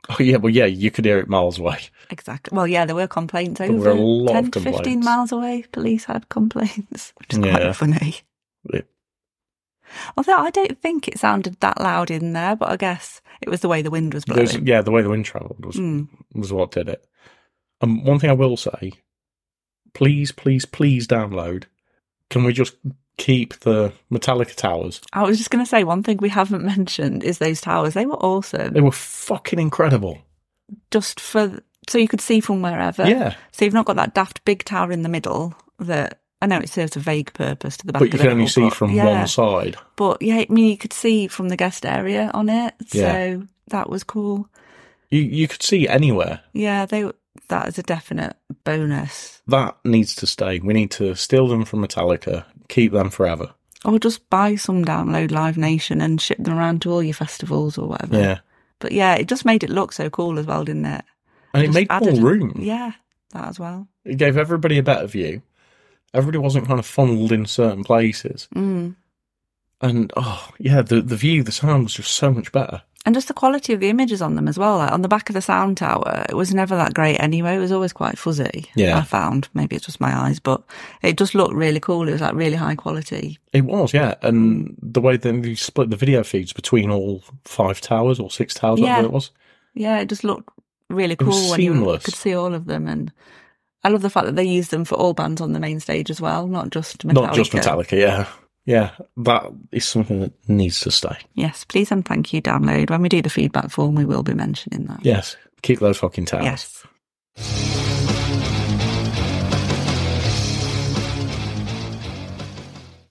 Speaker 1: Oh yeah, well yeah, you could hear it miles away.
Speaker 2: exactly. Well, yeah, there were complaints
Speaker 1: were
Speaker 2: over
Speaker 1: a lot
Speaker 2: 10
Speaker 1: of
Speaker 2: to 15
Speaker 1: complaints.
Speaker 2: miles away. Police had complaints, which is
Speaker 1: Yeah.
Speaker 2: quite funny.
Speaker 1: It-
Speaker 2: Although I don't think it sounded that loud in there, but I guess it was the way the wind was blowing.
Speaker 1: there's- yeah, the way the wind travelled was
Speaker 2: Mm.
Speaker 1: was what did it. Um, one thing I will say, please, please, please download. Can we just keep the Metallica towers?
Speaker 2: I was just going to say one thing we haven't mentioned is those towers. They were awesome.
Speaker 1: They were fucking incredible.
Speaker 2: just for so you could see from wherever.
Speaker 1: yeah,
Speaker 2: So you've not got that daft big tower in the middle that I know it serves a vague purpose to the back
Speaker 1: but
Speaker 2: of
Speaker 1: you
Speaker 2: the
Speaker 1: can only
Speaker 2: hall,
Speaker 1: see
Speaker 2: but-
Speaker 1: from
Speaker 2: yeah,
Speaker 1: one side.
Speaker 2: But yeah, I mean you could see from the guest area on it.
Speaker 1: Yeah.
Speaker 2: So that was cool.
Speaker 1: You you could see anywhere.
Speaker 2: Yeah, they were- that is a definite bonus.
Speaker 1: that needs to stay. We need to steal them from Metallica, keep them forever.
Speaker 2: Or just buy some download Live Nation and ship them around to all your festivals or whatever.
Speaker 1: Yeah.
Speaker 2: But yeah, it just made it look so cool as well, didn't it?
Speaker 1: And it
Speaker 2: Just
Speaker 1: made
Speaker 2: added-
Speaker 1: more room.
Speaker 2: Yeah, that as well.
Speaker 1: It gave everybody a better view. Everybody wasn't kind of funneled in certain places.
Speaker 2: Mm.
Speaker 1: And oh yeah, the the view, the sound was just so much better.
Speaker 2: And just the quality of the images on them as well. Like on the back of the sound tower, it was never that great anyway. It was always quite fuzzy.
Speaker 1: Yeah.
Speaker 2: I found maybe it's just my eyes, but it just looked really cool. It was like really high quality.
Speaker 1: It was, yeah. And the way then they split the video feeds between all five towers or six towers,
Speaker 2: Yeah.
Speaker 1: whatever it was.
Speaker 2: Yeah, it just looked really
Speaker 1: was
Speaker 2: cool when you
Speaker 1: seamless.
Speaker 2: could see all of them. And I love the fact that they used them for all bands on the main stage as well, not just Metallica.
Speaker 1: Not just Metallica, yeah. Yeah, that is something that needs to stay.
Speaker 2: Yes, please and thank you. Download when we do the feedback form, we will be mentioning that.
Speaker 1: Yes. Keep those fucking towers.
Speaker 2: Yes.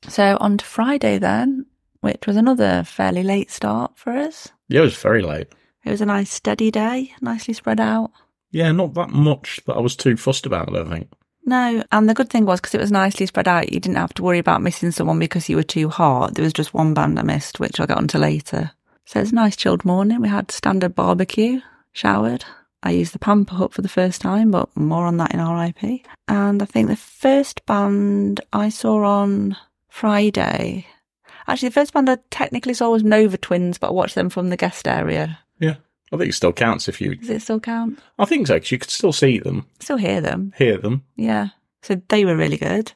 Speaker 2: So on to Friday then, which was another fairly late start for us.
Speaker 1: Yeah, it was very late.
Speaker 2: It was a nice steady day, nicely spread out.
Speaker 1: Yeah, not that much that I was too fussed about, I don't think.
Speaker 2: No, and the good thing was because it was nicely spread out, you didn't have to worry about missing someone because you were too hot. There was just one band I missed, which I'll get onto later. So it's a nice chilled morning. We had standard barbecue, showered. I used the pamper hut for the first time, but more on that in RIP. And I think the first band I saw on Friday, actually, the first band I technically saw was Nova Twins, but I watched them from the guest area.
Speaker 1: Yeah. I think it still counts if you.
Speaker 2: Does it still count?
Speaker 1: I think so, 'cause you could still see them,
Speaker 2: Still hear them.
Speaker 1: hear them.
Speaker 2: Yeah. So they were really good.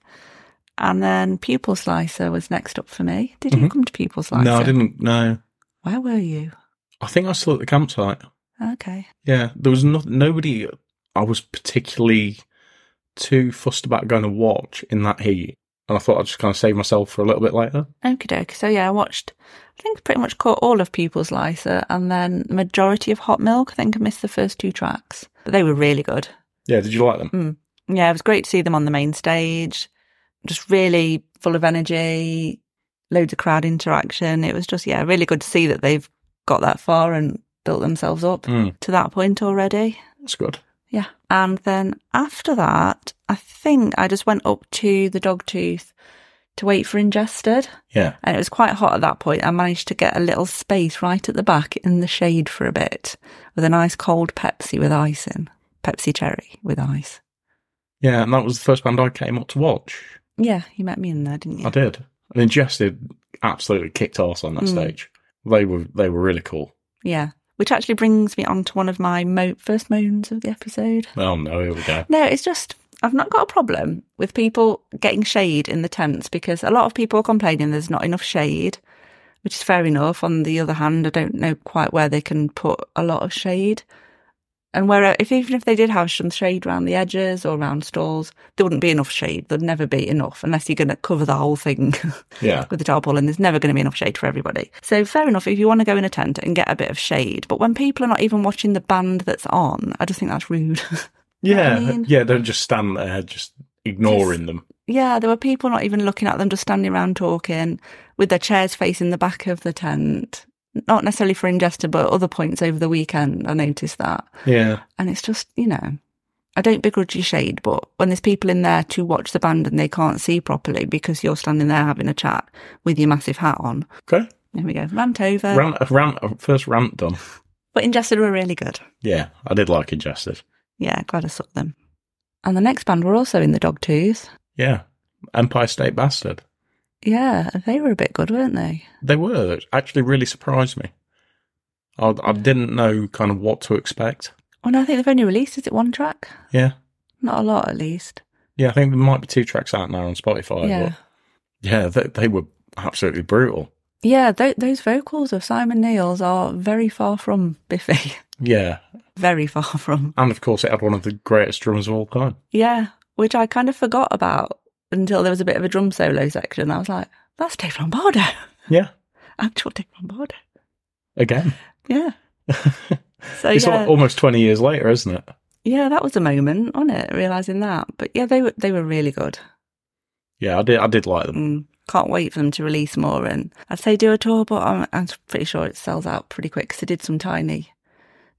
Speaker 2: And then Pupil Slicer was next up for me. Did you come to Pupil Slicer?
Speaker 1: Mm-hmm. No, I didn't. No.
Speaker 2: Where were you?
Speaker 1: I think I was still at the campsite.
Speaker 2: Okay.
Speaker 1: Yeah, there was not nobody I was particularly too fussed about going to watch in that heat, and I thought I'd just kind of save myself for a little bit later.
Speaker 2: Okie dokie. So yeah, I watched, I think pretty much caught all of Pupil Slicer and then majority of Hot Milk. I think I missed the first two tracks, but they were really good.
Speaker 1: Yeah, did you like them?
Speaker 2: Yeah, it was great to see them on the main stage. Just really full of energy, loads of crowd interaction. It was just, yeah, really good to see that they've got that far and built themselves up
Speaker 1: Mm.
Speaker 2: to that point already.
Speaker 1: That's good.
Speaker 2: Yeah. And then after that, I think I just went up to the dog tooth to wait for ingested.
Speaker 1: Yeah,
Speaker 2: And it was quite hot at that point. I managed to get a little space right at the back in the shade for a bit with a nice cold Pepsi with ice in. Pepsi cherry with ice.
Speaker 1: yeah, and that was the first band I came up to watch.
Speaker 2: Yeah, you met me in there, didn't you?
Speaker 1: I did, and Ingested absolutely kicked ass on that
Speaker 2: Mm.
Speaker 1: stage. They were they were really cool.
Speaker 2: Yeah. Which actually brings me on to one of my mo- first moans of the episode.
Speaker 1: Oh no, here we go.
Speaker 2: No, it's just I've not got a problem with people getting shade in the tents because a lot of people are complaining there's not enough shade, which is fair enough. On the other hand, I don't know quite where they can put a lot of shade. And where if even if they did have some shade around the edges or around stalls, there wouldn't be enough shade. There'd never be enough unless you're going to cover the whole thing
Speaker 1: Yeah,
Speaker 2: with the tarpaulin. There's never going to be enough shade for everybody. So fair enough if you want to go in a tent and get a bit of shade. But when people are not even watching the band that's on, I just think that's rude.
Speaker 1: yeah,
Speaker 2: I mean-
Speaker 1: yeah. Don't just stand there, just ignoring them.
Speaker 2: yeah, there were people not even looking at them, just standing around talking with their chairs facing the back of the tent. Not necessarily for ingesta, but other points over the weekend, I noticed that.
Speaker 1: Yeah,
Speaker 2: And it's just, you know, I don't begrudge you shade, but when there's people in there to watch the band and they can't see properly because you're standing there having a chat with your massive hat on.
Speaker 1: okay.
Speaker 2: There we go. Rant over.
Speaker 1: rant, rant, first rant done.
Speaker 2: but ingesta were really good.
Speaker 1: Yeah, I did like Ingested.
Speaker 2: Yeah, glad I sucked them. And the next band were also in the dog tooth.
Speaker 1: Yeah, Empire State Bastard.
Speaker 2: Yeah, they were a bit good, weren't they?
Speaker 1: They were It actually really surprised me. I, I didn't know kind of what to expect.
Speaker 2: Well, Oh, no, I think they've only released, is it one track?
Speaker 1: Yeah,
Speaker 2: Not a lot, at least.
Speaker 1: yeah. I think there might be two tracks out now on Spotify.
Speaker 2: yeah.
Speaker 1: but yeah. They, they were absolutely brutal.
Speaker 2: Yeah, th- those vocals of Simon Neils are very far from Biffy.
Speaker 1: Yeah,
Speaker 2: very far from.
Speaker 1: and of course it had one of the greatest drummers of all time.
Speaker 2: Yeah, which I kind of forgot about until there was a bit of a drum solo section. I was like, that's Dave Lombardo.
Speaker 1: Yeah,
Speaker 2: Actual Dave Lombardo.
Speaker 1: again,
Speaker 2: Yeah. so,
Speaker 1: it's
Speaker 2: Oh, yeah.
Speaker 1: al- almost twenty years later, isn't it?
Speaker 2: yeah, that was a moment, wasn't it? Realising that. But yeah, they were, they were really good.
Speaker 1: Yeah, I did. I did like them.
Speaker 2: Mm, can't wait for them to release more. And I'd say do a tour, but I'm, I'm pretty sure it sells out pretty quick because they did some tiny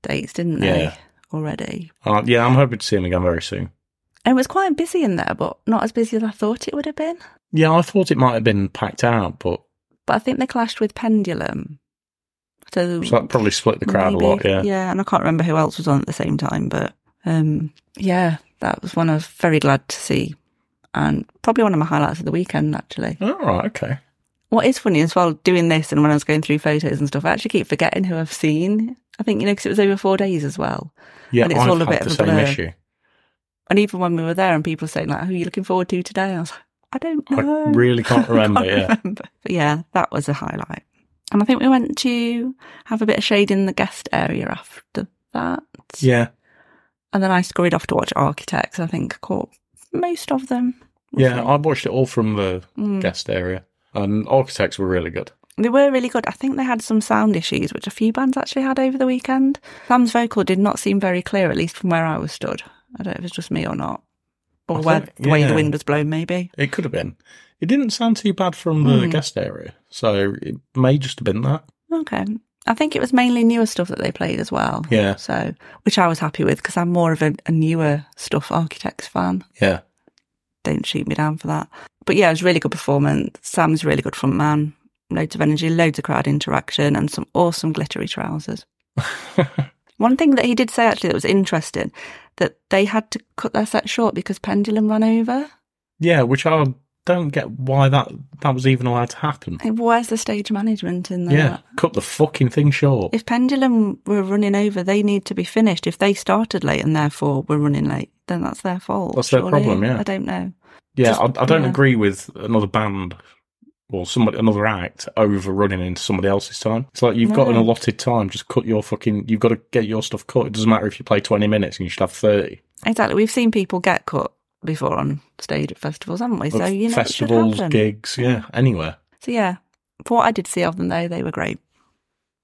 Speaker 2: dates, didn't they?
Speaker 1: Yeah.
Speaker 2: Already.
Speaker 1: Uh, yeah, I'm hoping to see them again very soon.
Speaker 2: And it was quite busy in there, but not as busy as I thought it would have been.
Speaker 1: Yeah, I thought it might have been packed out, but
Speaker 2: But I think they clashed with Pendulum. So,
Speaker 1: so that probably split the crowd a lot.
Speaker 2: maybe- and I can't remember who else was on at the same time, but um, yeah, that was one I was very glad to see. And probably one of my highlights of the weekend, actually.
Speaker 1: All right. Okay.
Speaker 2: What is funny as well, doing this and when I was going through photos and stuff, I actually keep forgetting who I've seen. I think, you know, because it was over four days as well.
Speaker 1: Yeah,
Speaker 2: And it's
Speaker 1: I've
Speaker 2: all a
Speaker 1: had
Speaker 2: bit
Speaker 1: the
Speaker 2: of a
Speaker 1: same
Speaker 2: blur.
Speaker 1: issue.
Speaker 2: And even when we were there and people were saying, like, who are you looking forward to today? I was like, I don't
Speaker 1: I
Speaker 2: know.
Speaker 1: really can't
Speaker 2: Oh,
Speaker 1: remember, yeah.
Speaker 2: remember. But yeah, that was a highlight. And I think we went to have a bit of shade in the guest area after that.
Speaker 1: Yeah,
Speaker 2: And then I scurried off to watch Architects. I think caught most of them.
Speaker 1: yeah. I watched it all from the
Speaker 2: Mm.
Speaker 1: guest area, and Architects were really good.
Speaker 2: They were really good. I think they had some sound issues, which a few bands actually had over the weekend. Sam's vocal did not seem very clear, at least from where I was stood. I don't know if it was just me or not. Or
Speaker 1: I
Speaker 2: where,
Speaker 1: think-
Speaker 2: the way
Speaker 1: yeah.
Speaker 2: the wind was blown, maybe.
Speaker 1: It could have been. It didn't sound too bad from the
Speaker 2: Mm.
Speaker 1: guest area, so it may just have been that.
Speaker 2: Okay. I think it was mainly newer stuff that they played as well.
Speaker 1: Yeah,
Speaker 2: So, which I was happy with because I'm more of a, a newer stuff Architects fan.
Speaker 1: yeah,
Speaker 2: Don't shoot me down for that. But yeah, it was a really good performance. Sam's a really good front man. Loads of energy, loads of crowd interaction, and some awesome glittery trousers. One thing that he did say actually that was interesting that they had to cut their set short because Pendulum ran over.
Speaker 1: yeah. Which I don't get why that that was even allowed to happen.
Speaker 2: Like, Where's the stage management in that?
Speaker 1: Yeah, cut the fucking thing short.
Speaker 2: If Pendulum were running over, they need to be finished. If they started late and therefore were running late, then that's their fault.
Speaker 1: That's their problem, yeah.
Speaker 2: I don't know.
Speaker 1: Yeah,
Speaker 2: Just-
Speaker 1: I, I don't
Speaker 2: yeah.
Speaker 1: agree with another band or somebody another act overrunning into somebody else's time. It's like you've got an
Speaker 2: No.
Speaker 1: allotted time. Just cut your fucking. You've got to get your stuff cut. It doesn't matter if you play twenty minutes and you should have thirty.
Speaker 2: Exactly. We've seen people get cut before on stage at festivals, haven't we? So
Speaker 1: But
Speaker 2: you know, it should
Speaker 1: festivals,
Speaker 2: happen.
Speaker 1: gigs, yeah, anywhere.
Speaker 2: So yeah, for what I did see of them though, they were great.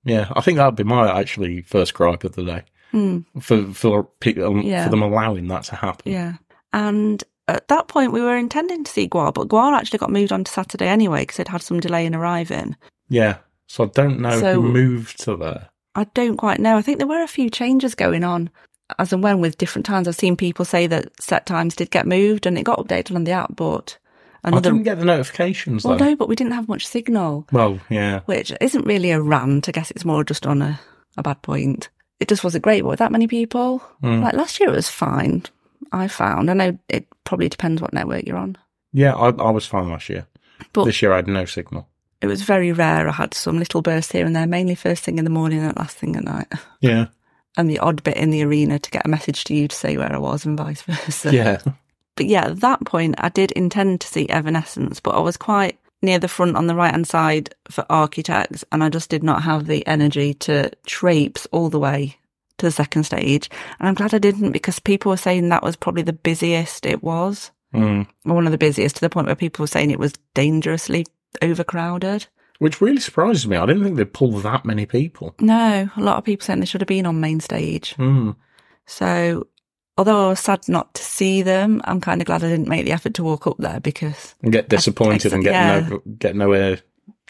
Speaker 1: Yeah, I think that'd be my actually first gripe of the day
Speaker 2: Hmm,
Speaker 1: for for people
Speaker 2: Yeah.
Speaker 1: for them allowing that to happen.
Speaker 2: yeah. And at that point, we were intending to see Guar, but Guar actually got moved on to Saturday anyway because it had some delay in arriving.
Speaker 1: Yeah. So I don't know
Speaker 2: So-
Speaker 1: who moved to there.
Speaker 2: I don't quite know. I think there were a few changes going on as and when with different times. I've seen people say that set times did get moved and it got updated on the app, but
Speaker 1: I
Speaker 2: another.
Speaker 1: didn't get the notifications though.
Speaker 2: Well, no, but we didn't have much signal.
Speaker 1: Well, yeah,
Speaker 2: which isn't really a rant. I guess it's more just on a, a bad point. It just wasn't great with that many people.
Speaker 1: Mm.
Speaker 2: Like last year, it was fine. I found. I know it probably depends what network you're on,
Speaker 1: yeah. I, I was fine last year.
Speaker 2: But-
Speaker 1: this year I had no signal.
Speaker 2: it was very rare. I had some little bursts here and there, mainly first thing in the morning and last thing at night,
Speaker 1: Yeah,
Speaker 2: and the odd bit in the arena to get a message to you to say where I was and vice versa.
Speaker 1: yeah.
Speaker 2: But yeah, at that point, I did intend to see Evanescence, but I was quite near the front on the right hand side for Architects, and I just did not have the energy to traipse all the way to the second stage. And I'm glad I didn't because people were saying that was probably the busiest it was,
Speaker 1: Mm.
Speaker 2: or one of the busiest, to the point where people were saying it was dangerously overcrowded.
Speaker 1: Which really surprises me. I didn't think they'd pull that many people.
Speaker 2: No, a lot of people saying they should have been on main stage.
Speaker 1: Mm.
Speaker 2: So, although I was sad not to see them, I'm kind of glad I didn't make the effort to walk up there because
Speaker 1: And get disappointed and get no, get nowhere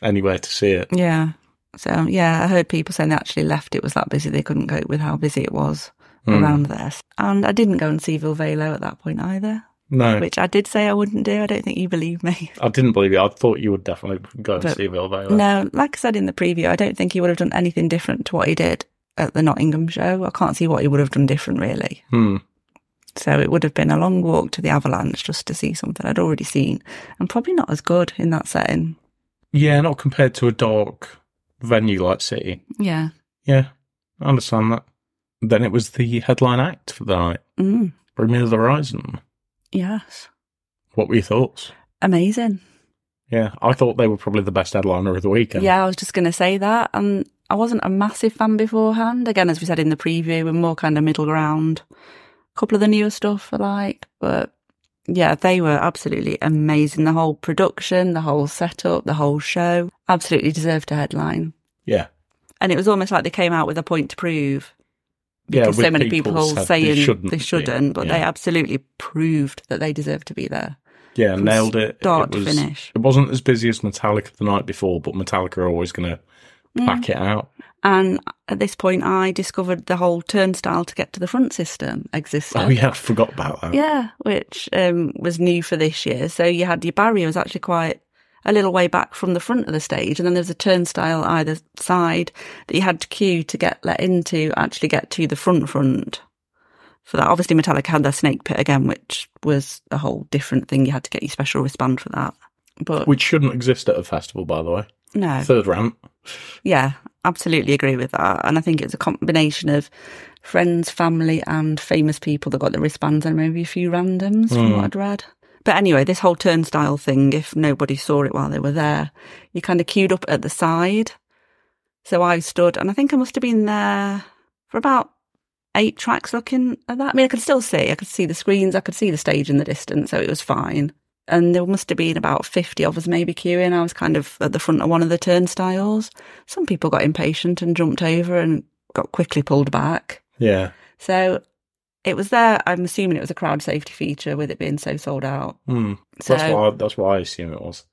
Speaker 1: anywhere to see it.
Speaker 2: Yeah. So um, yeah, I heard people saying they actually left. It was that busy they couldn't cope with how busy it was
Speaker 1: Mm.
Speaker 2: around there. And I didn't go and see Vilvelo at that point either,
Speaker 1: No,
Speaker 2: which I did say I wouldn't do. I don't think you believe me.
Speaker 1: I didn't believe it. I thought you would definitely go and
Speaker 2: But-
Speaker 1: see Bill Baylor.
Speaker 2: No, like I said in the preview, I don't think he would have done anything different to what he did at the Nottingham show. I can't see what he would have done different really.
Speaker 1: Hmm.
Speaker 2: So it would have been a long walk to the Avalanche just to see something I'd already seen and probably not as good in that setting.
Speaker 1: Yeah, not compared to a dark venue like City.
Speaker 2: Yeah.
Speaker 1: Yeah, I understand that. Then it was the headline act for the night.
Speaker 2: Mm.
Speaker 1: Bring Me the Horizon.
Speaker 2: Yes.
Speaker 1: What were your thoughts?
Speaker 2: Amazing.
Speaker 1: Yeah, I thought they were probably the best headliner of the weekend.
Speaker 2: Yeah, I was just going to say that. And I wasn't a massive fan beforehand. Again, as we said in the preview, we're more kind of middle ground. A couple of the newer stuff I like, but yeah, they were absolutely amazing. The whole production, the whole setup, the whole show absolutely deserved a headline.
Speaker 1: yeah,
Speaker 2: And it was almost like they came out with a point to prove
Speaker 1: yeah.
Speaker 2: because so
Speaker 1: with
Speaker 2: many people,
Speaker 1: said
Speaker 2: saying
Speaker 1: they shouldn't,
Speaker 2: they
Speaker 1: be.
Speaker 2: shouldn't but
Speaker 1: yeah.
Speaker 2: they absolutely proved that they deserved to be there.
Speaker 1: Yeah,
Speaker 2: from
Speaker 1: nailed it.
Speaker 2: start
Speaker 1: it
Speaker 2: to
Speaker 1: was,
Speaker 2: finish.
Speaker 1: It wasn't as busy as Metallica the night before, but Metallica are always going to pack it out.
Speaker 2: And at this point, I discovered the whole turnstile to get to the front system existed.
Speaker 1: Oh yeah, I forgot about that.
Speaker 2: Yeah, which um, was new for this year. So you had your barrier was actually quite a little way back from the front of the stage, and then there was a turnstile either side that you had to queue to get let into actually get to the front front. For that, obviously Metallica had their snake pit again, which was a whole different thing. You had to get your special wristband for that. But
Speaker 1: which shouldn't exist at a festival, by the way.
Speaker 2: no,
Speaker 1: Third rant.
Speaker 2: yeah, absolutely agree with that. And I think it's a combination of friends, family, and famous people that got the wristbands, and maybe a few randoms from what I'd read. But anyway, this whole turnstile thing, if nobody saw it while they were there, you kind of queued up at the side. So I stood, and I think I must have been there for about eight tracks looking at that. I mean, I could still see, I could see the screens, I could see the stage in the distance, so it was fine. And there must have been about 50 of us maybe queuing. I was kind of at the front of one of the turnstiles. Some people got impatient and jumped over and got quickly pulled back.
Speaker 1: Yeah.
Speaker 2: So it was there. I'm assuming it was a crowd safety feature with it being so sold out.
Speaker 1: Hmm.
Speaker 2: So
Speaker 1: that's why. That's why I assume it was.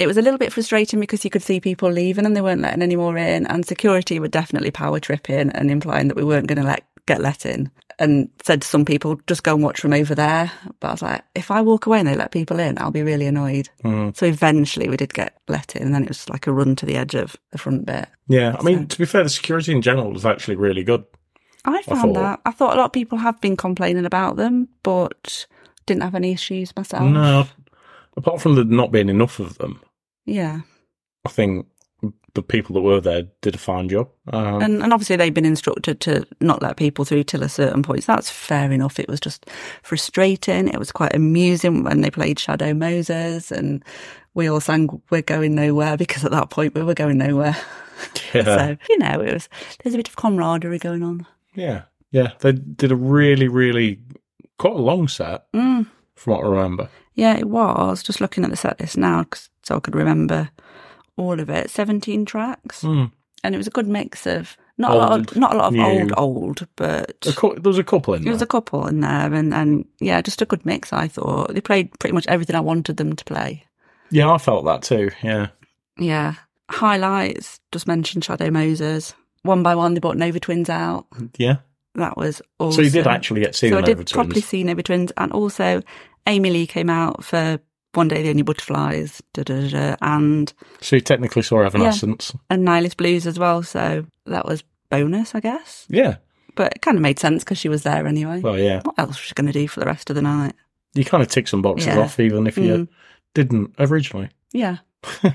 Speaker 2: it was a little bit frustrating because you could see people leaving and they weren't letting any more in, and security were definitely power tripping and implying that we weren't going to let get let in. And said to some people, just go and watch from over there. But I was like, if I walk away and they let people in, I'll be really annoyed.
Speaker 1: Mm.
Speaker 2: So eventually we did get let in, and then it was just like a run to the edge of the front bit.
Speaker 1: Yeah. I mean, to be fair, the security in general was actually really good.
Speaker 2: I found
Speaker 1: thought-
Speaker 2: that. I thought a lot of people have been complaining about them, but didn't have any issues myself.
Speaker 1: No, apart from there not being enough of them,
Speaker 2: Yeah.
Speaker 1: I think the people that were there did a fine job. Um,
Speaker 2: And, and obviously, they've been instructed to not let people through till a certain point. So that's fair enough. It was just frustrating. It was quite amusing when they played Shadow Moses and we all sang We're Going Nowhere because at that point we were going nowhere.
Speaker 1: yeah,
Speaker 2: So, you know, it was, there's a bit of camaraderie going on.
Speaker 1: yeah, yeah. They did a really, really quite a long set
Speaker 2: Mm.
Speaker 1: from what I remember.
Speaker 2: Yeah, it was. Just looking at the set list now 'cause- so I could remember all of it. 17 tracks.
Speaker 1: Mm.
Speaker 2: And it was a good mix of not a lot of,
Speaker 1: Old,
Speaker 2: not a lot of
Speaker 1: new.
Speaker 2: old, old, but.
Speaker 1: A cou- there was a couple in
Speaker 2: There
Speaker 1: there.
Speaker 2: was a couple in there, and, and yeah, just a good mix. I thought they played pretty much everything I wanted them to play.
Speaker 1: yeah, I felt that too. Yeah,
Speaker 2: Yeah, highlights. Just mentioned Shadow Moses. One by one, they brought Nova Twins out.
Speaker 1: yeah.
Speaker 2: That was awesome.
Speaker 1: So you did actually get seen
Speaker 2: So I
Speaker 1: over
Speaker 2: did
Speaker 1: twins.
Speaker 2: properly see Nova Twins, and also Amy Lee came out for One Day the Only Butterflies, da da da, da, and
Speaker 1: So you technically saw Evanescence.
Speaker 2: and Nihilist Blues as well. So that was bonus, I guess.
Speaker 1: Yeah.
Speaker 2: But it kind of made sense because she was there anyway.
Speaker 1: Well, yeah.
Speaker 2: what else was she going to do for the rest of the night?
Speaker 1: You kind of tick some boxes
Speaker 2: Yeah.
Speaker 1: off, even if you
Speaker 2: Mm.
Speaker 1: didn't originally.
Speaker 2: Yeah.
Speaker 1: I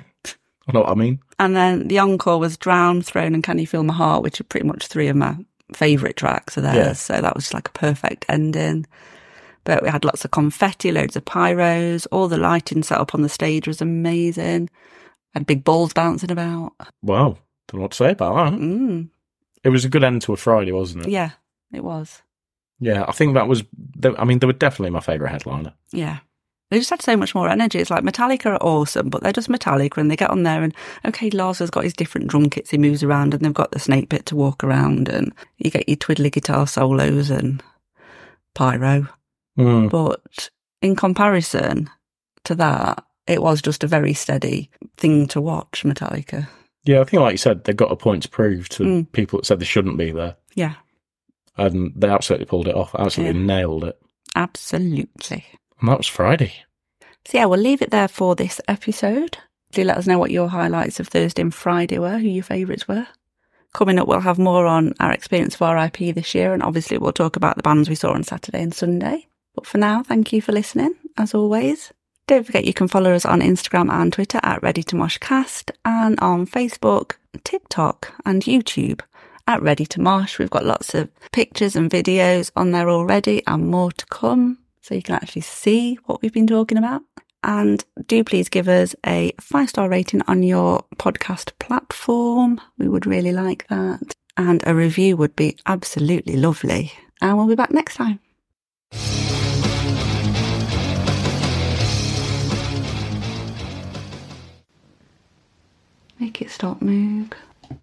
Speaker 1: know what I mean.
Speaker 2: And then the encore was Drown, Throne, and Can You Feel My Heart, which are pretty much three of my favourite tracks of theirs.
Speaker 1: Yeah.
Speaker 2: So that was just like a perfect ending. But we had lots of confetti, loads of pyros, all the lighting set up on the stage was amazing. Had big balls bouncing about.
Speaker 1: Wow. Don't know what to say about that.
Speaker 2: Mm,
Speaker 1: It was a good end to a Friday, wasn't it?
Speaker 2: yeah, it was.
Speaker 1: Yeah, I think that was. They, I mean, they were definitely my favourite headliner.
Speaker 2: Yeah. They just had so much more energy. It's like Metallica are awesome, but they're just Metallica and they get on there and okay, Lars has got his different drum kits he moves around and they've got the snake pit to walk around and you get your twiddly guitar solos and pyro.
Speaker 1: Mm.
Speaker 2: But in comparison to that, it was just a very steady thing to watch, Metallica.
Speaker 1: Yeah, I think, like you said, they got a point to prove to
Speaker 2: Mm.
Speaker 1: people that said they shouldn't be there,
Speaker 2: Yeah,
Speaker 1: and they absolutely pulled it off. Absolutely nailed it.
Speaker 2: absolutely.
Speaker 1: And that was Friday.
Speaker 2: So yeah, we'll leave it there for this episode. Do let us know what your highlights of Thursday and Friday were, who your favourites were. Coming up, we'll have more on our experience of RIP this year, and obviously we'll talk about the bands we saw on Saturday and Sunday. But for now, thank you for listening, as always. Don't forget you can follow us on Instagram and Twitter at Ready to Moshcast, and on Facebook, TikTok, and YouTube at Ready to Mosh. We've got lots of pictures and videos on there already, and more to come, so you can actually see what we've been talking about. And do please give us a five star rating on your podcast platform. We would really like that. And a review would be absolutely lovely. And we'll be back next time. Make it stop, Moog.